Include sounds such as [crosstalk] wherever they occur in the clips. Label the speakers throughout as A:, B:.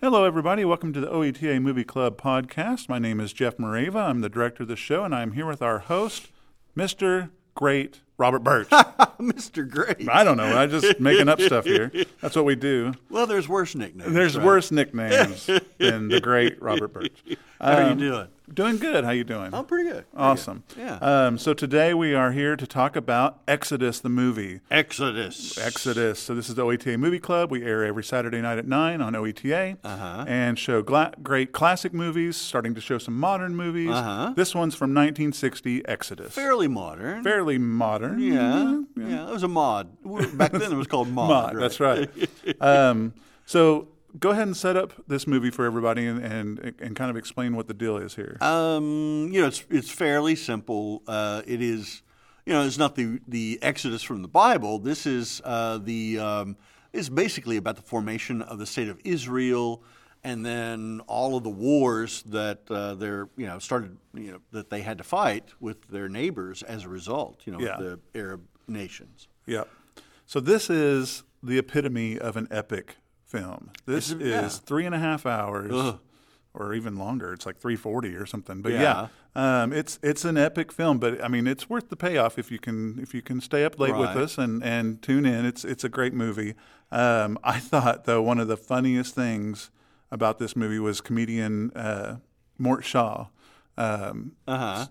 A: Hello, everybody. Welcome to the OETA Movie Club podcast. My name is Jeff Moreva. I'm the director of the show, and I'm here with our host, Mr. Great Robert [laughs] Birch.
B: [laughs] Mr. Great.
A: I don't know. I'm just making up stuff here. That's what we do.
B: Well, there's worse nicknames.
A: There's
B: right?
A: worse nicknames than the Great Robert Birch. Oh,
B: How are you doing?
A: Doing good. How you doing?
B: um, I'm pretty good.
A: awesome.
B: Yeah.
A: Um, so today we are here to talk about Exodus, the movie.
B: Exodus.
A: Exodus. So this is the OETA Movie Club. We air every Saturday night at nine on OETA, and show gla- great classic movies. Starting to show some modern movies. This one's from 1960, Exodus.
B: Fairly modern.
A: Fairly modern.
B: yeah. yeah. It was a mod. Back then it was called Mm-hmm. [laughs] mod.
A: Mod, That's right. um, so go ahead and set up this movie for everybody, and, and and kind of explain what the deal is here.
B: Um, you know, it's it's fairly simple. Uh, it is, you know, it's not the the Exodus from the Bible. This is uh, the um, it's basically about the formation of the state of Israel, and then all of the wars that uh, they're you know started you know that they had to fight with their neighbors as a result. You know,
A: Yeah.
B: with the Arab nations.
A: Yeah. So this is the epitome of an epic film. This is
B: yeah.
A: three and a half hours, or even longer. It's like three forty or something. But yeah,
B: Yeah.
A: um, it's it's an epic film. But I mean, it's worth the payoff if you can if you can stay up late with
B: Right.
A: us and and tune in. It's it's a great movie. Um, I thought though one of the funniest things about this movie was comedian uh, Mort Shaw. Um, uh-huh.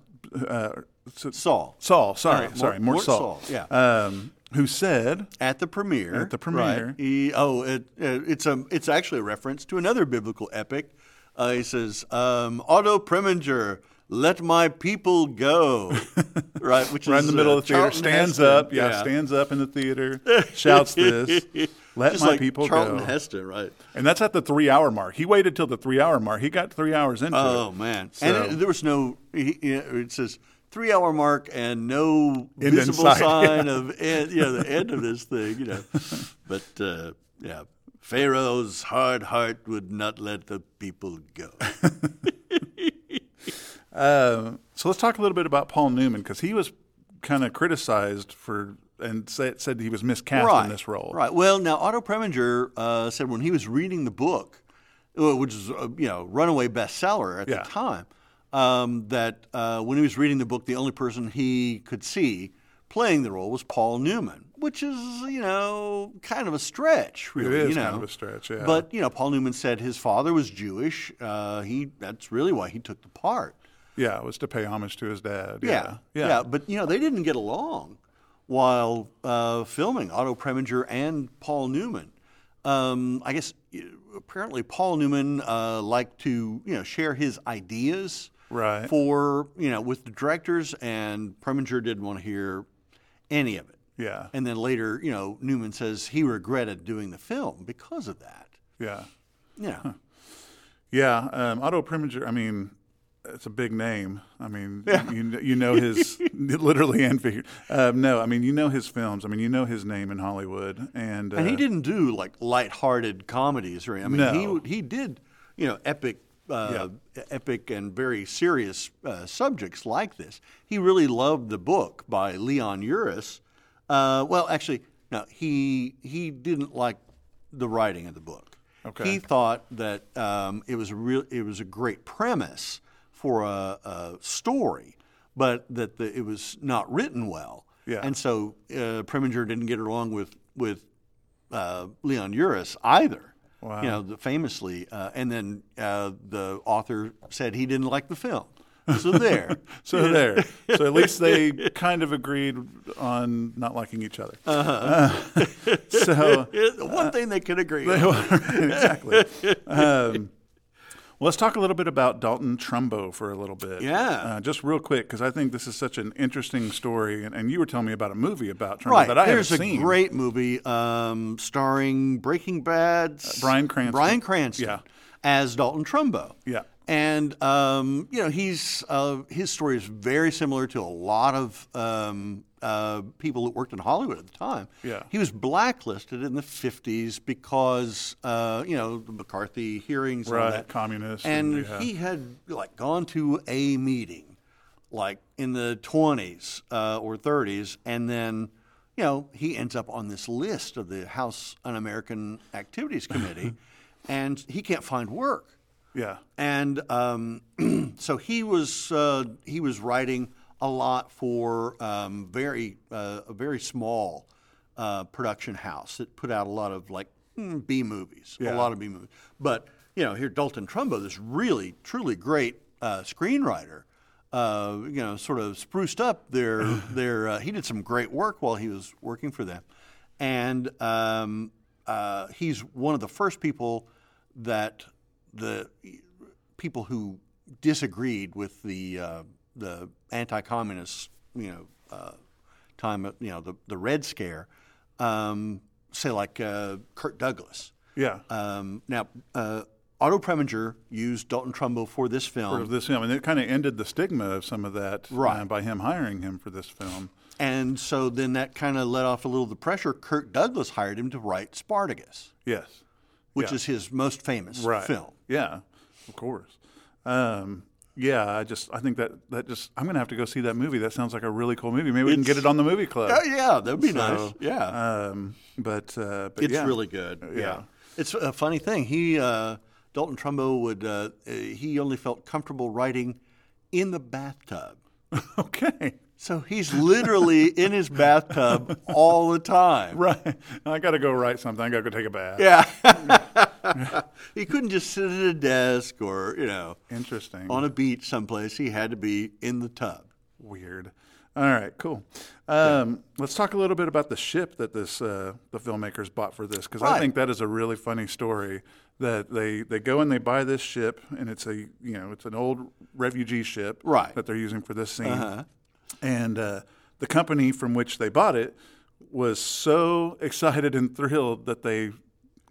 A: Uh, so-
B: Saul
A: Saul, sorry,
B: Mort-
A: sorry, Mort,
B: Uh, Mort
A: Saul,
B: Saul,
A: um, who said
B: at the premiere.
A: At the premiere.
B: right, he- oh, it, uh, it's a it's actually a reference to another biblical epic. Uh, he says, um, "Otto Preminger, let my
A: [laughs]
B: people go." right, which
A: right
B: is
A: in the middle
B: uh,
A: of the theater,
B: Charlton
A: stands
B: Heston.
A: up, yeah, stands up in the
B: [laughs]
A: theater, shouts this, let
B: Just
A: my
B: like
A: people
B: Charlton
A: go.
B: Heston, right?
A: and that's at the three hour mark. He waited till the three hour mark. He got three hours into
B: Oh
A: it.
B: man,
A: So-
B: and it, there was no. He, he- it says three hour mark and no
A: End in
B: visible
A: sight, [laughs]
B: sign of end, you know, the end of this thing, you know. But uh, yeah, Pharaoh's hard heart would not let the people go.
A: Um, so let's talk a little bit about Paul Newman because he was kind of criticized for and said, said he was miscast in this role.
B: Right. Well, now Otto Preminger uh, said when he was reading the book, uh, which is uh, you know runaway bestseller at
A: Yeah.
B: the time, um, that uh, when he was reading the book, the only person he could see playing the role was Paul Newman, which is you know kind of a stretch. Really,
A: is
B: you know.
A: kind of a stretch, yeah.
B: But you know, Paul Newman said his father was Jewish. Uh, he that's really why he took the part.
A: Yeah, it was to pay homage to his dad.
B: Yeah.
A: yeah.
B: But, you know, they didn't get along while uh, filming Otto Preminger and Paul Newman. Um, I guess y- apparently Paul Newman uh, liked to, you know, share his ideas
A: Right.
B: for, you know, with the directors, and Preminger didn't want to hear any of it.
A: yeah,
B: And then later, you know, Newman says he regretted doing the film because of that.
A: yeah.
B: Yeah.
A: Yeah, um, Otto Preminger. I mean, it's a big name. I mean, you you know
B: [laughs]
A: his [laughs] literally and figure. Um, no, I mean you know his films. I mean you know his name in Hollywood, and, uh,
B: And he didn't do like lighthearted comedies or I mean
A: No.
B: he he did, you know, epic uh, epic and very serious uh, subjects like this. He really loved the book by Leon Uris. Uh, well, actually, no, he he didn't like the writing of the book.
A: Okay.
B: He thought that um, it was real it was a great premise for a, a story, but that the, it was not written well.
A: Yeah.
B: And so uh, Preminger didn't get along with with uh, Leon Uris either.
A: Wow.
B: You know, the, famously, uh, and then uh, the author said he didn't like the film. So there.
A: [laughs] So there. So at least
B: [laughs]
A: they kind of agreed on not liking each other. Uh-huh. [laughs] so
B: It-
A: uh,
B: One thing they could agree on.
A: exactly. Um, well, let's talk a little bit about Dalton Trumbo for a little bit.
B: Yeah.
A: Uh, just real quick, because I think this is such an interesting story. And, and you were telling me about a movie about Trumbo
B: Right.
A: that I
B: There's a
A: haven't seen.
B: great movie um, starring Breaking Bad's
A: Uh, Bryan Cranston.
B: Bryan Cranston
A: Yeah.
B: as Dalton Trumbo.
A: Yeah.
B: And um, you know he's uh, his story is very similar to a lot of um, uh, people that worked in Hollywood at the time.
A: Yeah.
B: He was blacklisted in the '50s because uh, you know the McCarthy hearings and all
A: Right,
B: that.
A: communists
B: And
A: and, yeah.
B: he had like gone to a meeting like in the 20s uh, or 30s and then [laughs] you know he ends up on this list of the house un-american activities committee and he can't find work.
A: Yeah.
B: And um, [clears throat] so he was uh, he was writing a lot for um, very uh, a very small uh, production house that put out a lot of like mm, B movies, a
A: Yeah.
B: lot of B movies. But you know, here Dalton Trumbo, this really truly great uh, screenwriter, uh, you know, sort of spruced up their their. Uh, he did some great work while he was working for them, and um, uh, he's one of the first people that the people who disagreed with the uh, the anti-communist, you know, uh, time, of, you know, the the Red Scare, um, say like uh, Kurt Douglas.
A: Yeah.
B: Um, now, uh, Otto Preminger used Dalton Trumbo for this film,
A: for this film, and it kind of ended the stigma of some of that uh,
B: Right.
A: by him hiring him for this film.
B: and so then that kind of let off a little of the pressure. Kurt Douglas hired him to write Spartacus,
A: Yes,
B: which
A: Yeah.
B: is his most famous
A: right.
B: film.
A: Yeah, of course. Um, yeah, I just I think that that just I'm gonna have to go see that movie. That sounds like a really cool movie. Maybe we can get it on the movie club.
B: Oh, yeah, that'd be nice.
A: So,
B: Yeah.
A: Um, but uh, but
B: It's
A: yeah.
B: really good. Yeah.
A: yeah.
B: It's a funny thing. He uh, Dalton Trumbo would uh, uh, he only felt comfortable writing in the bathtub.
A: [laughs] okay.
B: So
A: [laughs]
B: he's literally in his bathtub all the time.
A: Right. I got to go write something. I got to go take a bath.
B: Yeah. [laughs] he couldn't just sit at a desk or, you know,
A: Interesting.
B: on a beach someplace. He had to be in the tub.
A: Weird. All right, cool. Um, Let's talk a little bit about the ship that this uh, the filmmakers bought for this because
B: Right.
A: I think that is a really funny story. That they they go and they buy this ship and it's a you know it's an old refugee ship
B: Right. Uh-huh.
A: that they're using for this scene, and uh, the company from which they bought it was so excited and thrilled that they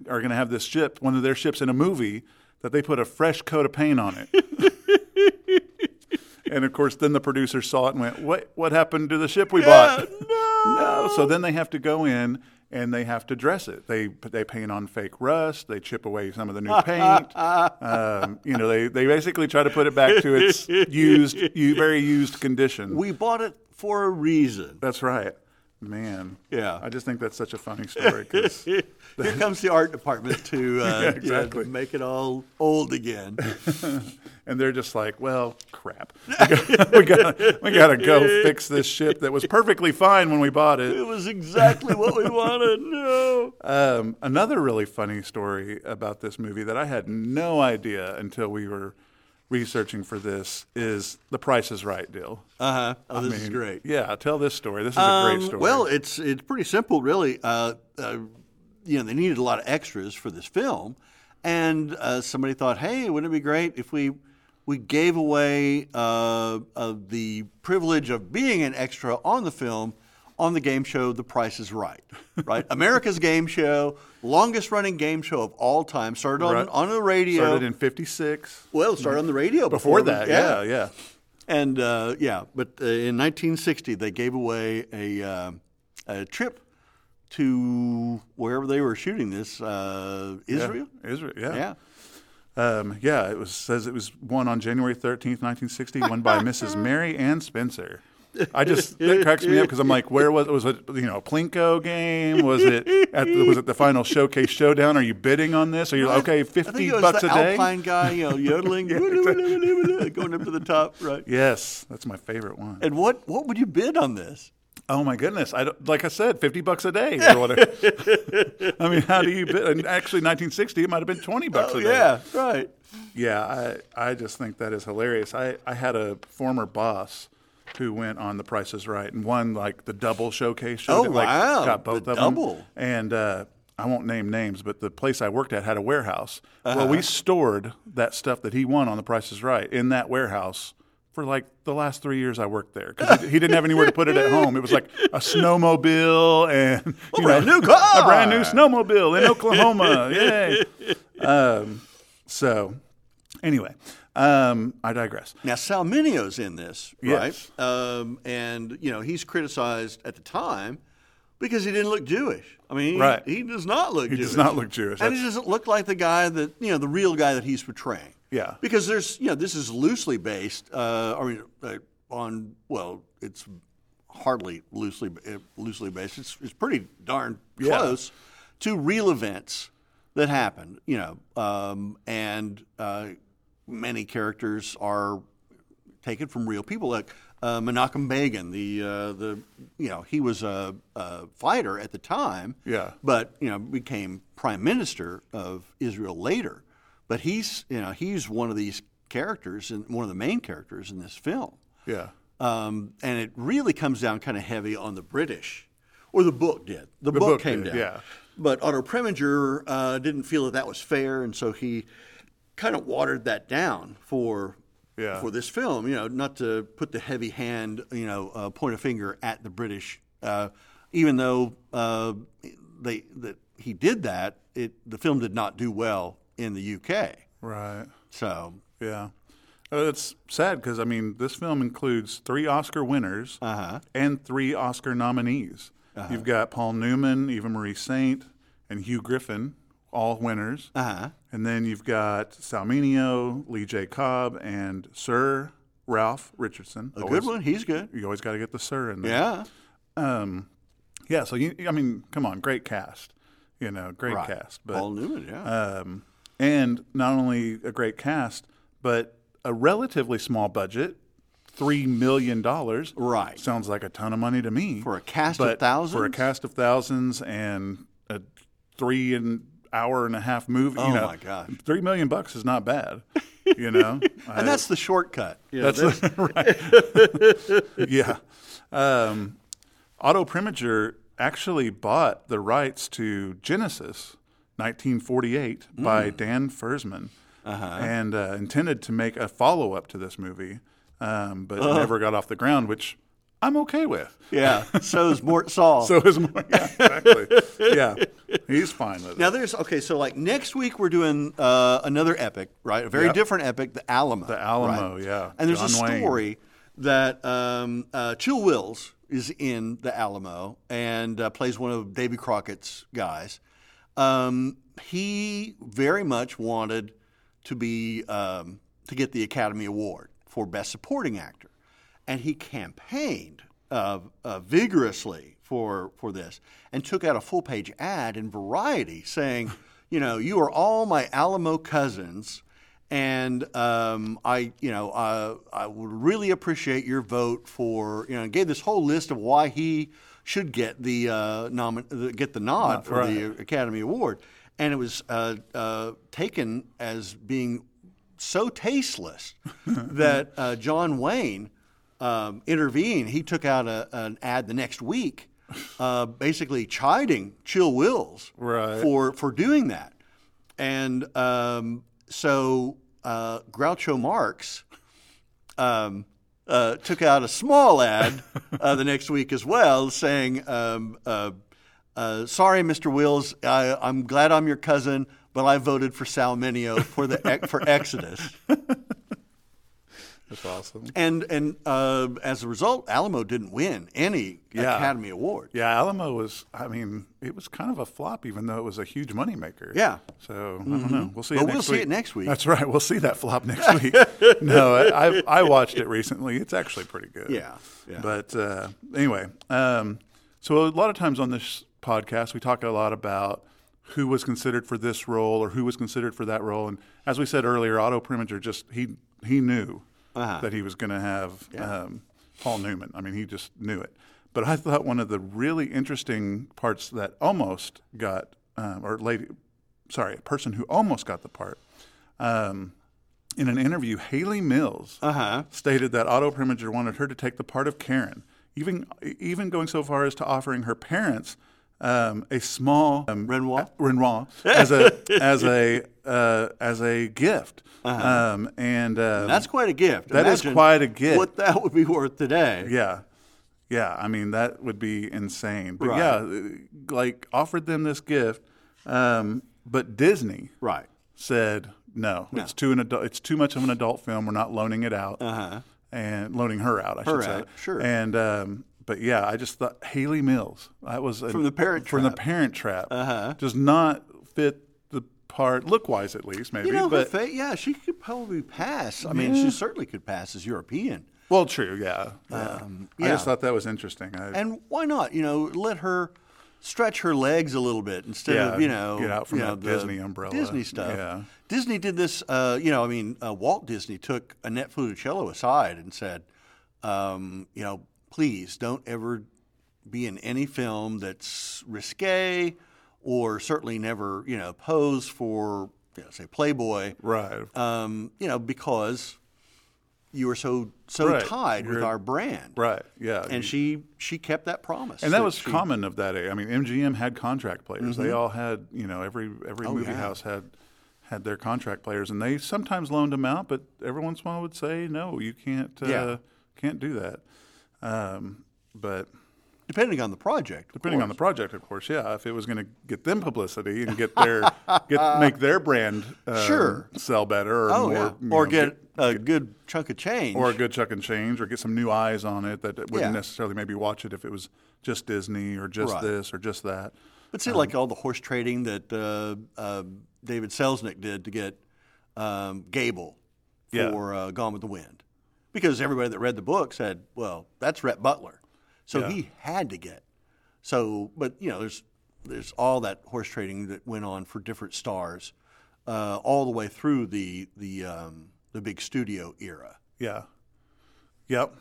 A: are going to have this ship one of their ships in a movie that they put a fresh coat of paint on it. And of course, then the producer saw it and went, "What? What happened to the ship we bought?" No. So then they have to go in and they have to dress it. They they paint on fake rust. They chip away some of the new paint. um, you know, they they basically try to put it back to its used, u- very used condition.
B: We bought it for a reason.
A: that's right, man.
B: Yeah.
A: I just think that's such a funny story 'cause-
B: [laughs] Here
A: [laughs]
B: comes the art department to, uh, you know, to
A: exactly.
B: make it all old again.
A: and they're just like, "Well,
B: [laughs]
A: crap. We got we got we got to go fix this ship that was perfectly fine when we bought it."
B: It was exactly what
A: [laughs]
B: we wanted. No.
A: Um, another really funny story about this movie that I had no idea until we were researching for this is the Price is Right deal.
B: Uh huh. Oh, this is
A: And-
B: great.
A: Yeah, tell this story. This is a
B: Um,
A: great story.
B: Well, it's it's pretty simple, really. Uh, uh, you know, they needed a lot of extras for this film, and uh, somebody thought, "Hey, wouldn't it be great if we we gave away uh, of the privilege of being an extra on the film on the game show The Price
A: [laughs]
B: Is Right, right? America's game show, longest running game show of all time, started on
A: Right.
B: on the radio.
A: started in '56.
B: well, it started on the radio
A: Before
B: before,
A: that,
B: we-
A: yeah, yeah,
B: and uh, yeah, but uh, in 1960, they gave away a, uh, a trip to wherever they were shooting this, uh, Israel.
A: Israel,
B: Yeah.
A: yeah, yeah. Um, yeah it was says it was won on January 13th, 1960, won
B: [laughs]
A: by Mrs. Mary Ann Spencer. I just that cracks me up because I'm like, where was was it? You know, a Plinko game? Was it at the, was it the final showcase showdown? Are you bidding on this? Are you okay?
B: I think
A: Fifty
B: it was
A: bucks
B: the
A: a day.
B: Alpine guy, you
A: [laughs]
B: know, yodeling, going up to the top, right?
A: Yes, that's my favorite one.
B: And what what would you bid on this?
A: Oh my goodness! I don't- like I said, fifty bucks a day. Or
B: [laughs]
A: whatever. I mean, how do you bid? And actually, 1960, it might have been twenty bucks a day.
B: Oh, yeah, right.
A: Yeah, I, I just think that is hilarious. I, I had a former boss who went on The Price is Right and won like the double showcase show.
B: Oh,
A: that, like,
B: wow,
A: Got both
B: the
A: of
B: double.
A: them. And uh, I won't name names, but the place I worked at had a warehouse. Well,
B: Uh-huh.
A: we stored that stuff that he won on The Price is Right in that warehouse. For like the last three years, I worked there because he didn't have anywhere to put it at home. It was like a snowmobile
B: [laughs]
A: and you
B: brand
A: know,
B: new car.
A: a brand new snowmobile in
B: [laughs]
A: Oklahoma. Yay! Um, so, anyway, um, I digress.
B: Now Salminio's in this,
A: Yes.
B: right? Um, and you know he's criticized at the time because he didn't look Jewish. I mean, he,
A: Right.
B: he does not look.
A: He
B: Jewish.
A: does not look Jewish.
B: and he doesn't look like the guy that you know the real guy that he's portraying.
A: Yeah.
B: because there's you know this is loosely based. Uh, I mean, uh, on well, it's hardly loosely uh, loosely based. It's it's pretty darn
A: Yeah.
B: close to real events that happened. You know, um, and uh, many characters are taken from real people. Like uh, Menachem Begin, the uh, the you know he was a, a fighter at the time.
A: Yeah.
B: But you know became prime minister of Israel later. But he's you know he's one of these characters and one of the main characters in this film.
A: Yeah.
B: Um, and it really comes down kind of heavy on the British, or the book did. The, book,
A: book
B: came
A: did,
B: down.
A: yeah.
B: But Otto Preminger uh, didn't feel that that was fair, and so he kind of watered that down for
A: Yeah.
B: for this film. You know, not to put the heavy hand, you know, uh, point a finger at the British, uh, even though uh, they that he did that. It the film did not do well in the UK.
A: Right.
B: So
A: Yeah. Uh, it's sad because, I mean, this film includes three Oscar winners
B: Uh-huh.
A: and three Oscar nominees. You've got Paul Newman, Eva Marie Saint, and Hugh Griffin, all winners.
B: uh
A: And then you've got Salminio, Lee J. Cobb, and Sir Ralph Richardson.
B: a good one. He's good.
A: You always got to get the Sir in there.
B: Yeah.
A: Yeah, so, you, I mean, come on, great cast. You know, great
B: Right.
A: cast. But
B: Paul Newman. Yeah.
A: um, and not only a great cast, but a relatively small budget, three million dollars.
B: Right.
A: sounds like a ton of money to me
B: For a cast
A: but
B: of thousands.
A: For a cast of thousands and a three and hour and a half movie.
B: Oh
A: you know,
B: my gosh.
A: Three million bucks is not bad. You
B: [laughs]
A: know, I-
B: and that's the shortcut. Yeah,
A: that's [laughs]
B: [laughs]
A: right. yeah. Um, Otto Preminger actually bought the rights to Genesis 1948
B: Hmm.
A: by Dan Fersman
B: Uh-huh.
A: and uh, intended to make a follow up to this movie, um, but
B: Uh-huh.
A: never got off the ground, which I'm okay with.
B: yeah. [laughs] So
A: [laughs]
B: is Mort Saul.
A: So is more, yeah, exactly. yeah, he's fine with it.
B: now there's okay. So like next week we're doing uh, another epic, right? A very
A: Yep.
B: different epic, the Alamo.
A: The Alamo, yeah.
B: And there's
A: John
B: a
A: Wayne.
B: story that um, uh, Chill Wills is in the Alamo and uh, plays one of Davy Crockett's guys. Um, he very much wanted to be um, to get the Academy Award for Best Supporting Actor, and he campaigned uh, uh, vigorously for for this and took out a full page ad in Variety saying, [laughs] you know, you are all my Alamo cousins and um, I, you know, uh, I would really appreciate your vote for, you know, gave this whole list of why he should get the uh, nomin- the- get the nod for the Academy Award, and it was uh, uh, taken as being so tasteless that uh, John Wayne um, intervened. He took out a, an ad the next week, uh, basically chiding Chill Wills
A: Right.
B: for for doing that. And um, so uh, Groucho Marx um, uh, took out a small ad uh, the next week as well, saying, um, uh, uh, "Sorry, Mr. Wills, I, I'm glad I'm your cousin, but I voted for Salminio for the for Exodus."
A: That's awesome.
B: And and uh, as a result, Alamo didn't win any
A: Yeah.
B: Academy Award.
A: Yeah, Alamo was. I mean, it was kind of a flop, even though it was a huge moneymaker.
B: Yeah. Mm-hmm.
A: So I don't know. We'll see.
B: But
A: it
B: we'll
A: next
B: see
A: week.
B: it next week.
A: That's right. We'll see that flop next
B: [laughs]
A: week. no, I, I I watched it recently. It's actually pretty good.
B: Yeah, yeah.
A: But uh, anyway, um, so a lot of times on this podcast, we talk a lot about who was considered for this role or who was considered for that role. And as we said earlier, Otto Preminger just he he knew
B: Uh-huh.
A: that he was going to have um, Paul Newman. I mean, he just knew it. But I thought one of the really interesting parts that almost got um, or lady, sorry, a person who almost got the part. Um, in an interview, Haley Mills
B: huh.
A: stated that Otto Preminger wanted her to take the part of Karen, even even going so far as to offering her parents um, a small um,
B: Renoir?
A: Renoir as
B: [laughs]
A: a as a uh, as a gift. Um, and um,
B: Uh-huh. That's quite a gift.
A: that is
B: Imagine
A: quite a gift.
B: What that would be worth today.
A: yeah. Yeah, I mean that would be insane. But
B: Right.
A: yeah, uh, like offered them this gift, um, but Disney
B: Right.
A: said no, it's too an adult, it's too much of an adult film. We're not loaning it out,
B: Uh-huh.
A: and loaning her out, I
B: Her
A: should
B: out,
A: say.
B: sure.
A: And um, but yeah, I just thought Haley Mills. That was a,
B: From the Parent
A: from the Parent Trap. Uh-huh. Does not fit the part look wise, at least maybe.
B: You know, her
A: but
B: fa- yeah, she could probably pass. I mean, she certainly could pass as European.
A: well, true. Yeah. yeah. I
B: Um, yeah.
A: just thought that was interesting. I,
B: And why not? You know, let her stretch her legs a little bit instead
A: Yeah,
B: of you know
A: get out from
B: you know,
A: that
B: the
A: Disney umbrella.
B: Disney stuff.
A: Yeah.
B: Disney did this. Uh, you know, I mean, uh, Walt Disney took Annette Funicello aside and said, um, you know, please don't ever be in any film that's risque, or certainly never you know pose for you know, say Playboy.
A: Right.
B: Um, you know, because you are so so
A: Right.
B: tied with
A: You're-
B: our brand.
A: Right. Yeah.
B: And she she kept that promise.
A: and that was common of that age. I mean, MGM had contract players. They all had, you know, every every movie
B: Mm-hmm. Oh, yeah.
A: house had had their contract players, and they sometimes loaned them out, but every once in a while would say, "No, you can't, uh,
B: Yeah.
A: can't do that." Um, but
B: depending on the project. of
A: depending on the project, of course, yeah. If it was going to get them publicity and get their
B: [laughs]
A: get make their brand um,
B: Sure.
A: sell better, or
B: Oh,
A: more,
B: yeah.
A: you
B: Or
A: know,
B: get a good chunk of change.
A: or a good chuck and change, or get some new eyes on it that wouldn't
B: Yeah.
A: necessarily maybe watch it if it was just Disney or just
B: Right.
A: this or just that.
B: but see, like all the horse trading that uh, uh, David Selznick did to get um, Gable
A: Yeah.
B: for uh, Gone with the Wind, because everybody that read the book said, "Well, that's Rhett Butler," so
A: Yeah.
B: he had to get. So, but you know, there's there's all that horse trading that went on for different stars, uh, all the way through the the um, the big studio era.
A: Yeah. Yep.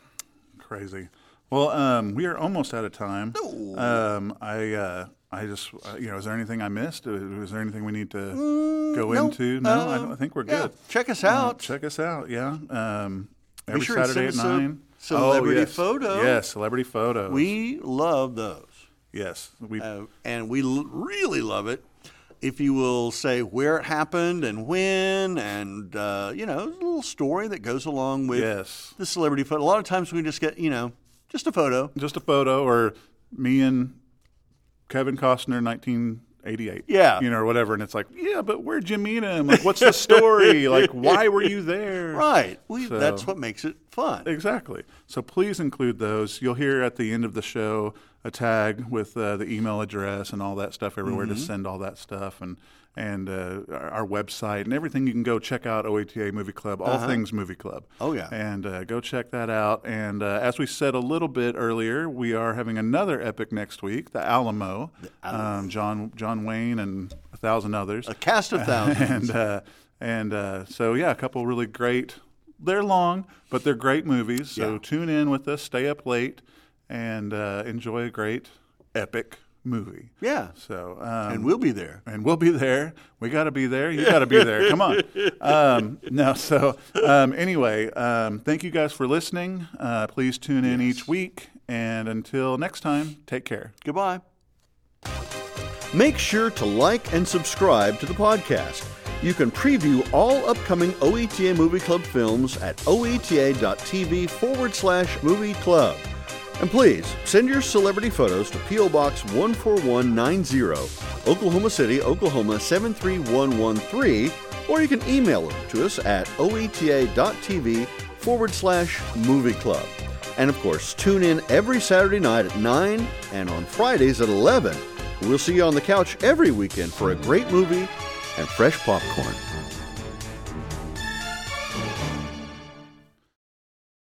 A: Crazy. Well, um, we are almost out of time. Um, I uh, I just uh, you know, is there anything I missed? Uh, Is there anything we need to go
B: Mm, no. Um,
A: into? No, I, don't, I think we're
B: Yeah,
A: good. Mm-hmm.
B: check us out.
A: Check us out. Yeah. Um, every
B: sure and
A: Saturday at
B: send us a
A: nine.
B: celebrity
A: oh, yes.
B: photo.
A: Yes, celebrity photo.
B: We love those.
A: yes, we
B: Uh, and we l- really love it if you will say where it happened and when, and, uh, you know, a little story that goes along with
A: yes.
B: the celebrity photo. A lot of times we just get, you know, just a photo.
A: Just a photo, or me and Kevin Costner, nineteen eighty-eight.
B: Yeah.
A: you know, or whatever. And it's like, yeah, but where would you meet him? Like, what's the
B: [laughs]
A: story? like, why were you there?
B: Right. We,
A: So-
B: that's what makes it fun.
A: Exactly. So please include those. You'll hear at the end of the show a tag with uh, the email address and all that stuff everywhere to send all that stuff and and uh, our, our website and everything. You can go check out OATA Movie Club, all things Movie Club.
B: Oh, yeah.
A: and uh, go check that out. And uh, as we said a little bit earlier, we are having another epic next week, The Alamo, Um, John John Wayne and a thousand others
B: A cast of
A: [laughs]
B: thousands.
A: and uh, and uh, so yeah, a couple really great. They're long, but they're great movies. So
B: Yeah.
A: tune in with us, stay up late, and uh, enjoy a great epic movie.
B: yeah.
A: So um,
B: And we'll be there.
A: and we'll be there. We got to be there. You got to be there. Come
B: [laughs]
A: on. Um, no, so um, anyway, um, thank you guys for listening. Uh, please tune in each week. And until next time, take care.
B: Goodbye.
C: Make sure to like and subscribe to the podcast. You can preview all upcoming OETA Movie Club films at E oeta.tv forward slash movie club. And please send your celebrity photos to P.O. Box 14190, Oklahoma City, Oklahoma 73113, or you can email them to us at E oeta.tv forward slash movie club. And of course, tune in every Saturday night at 9 and on Fridays at 11. We'll see you on the couch every weekend for a great movie and fresh popcorn.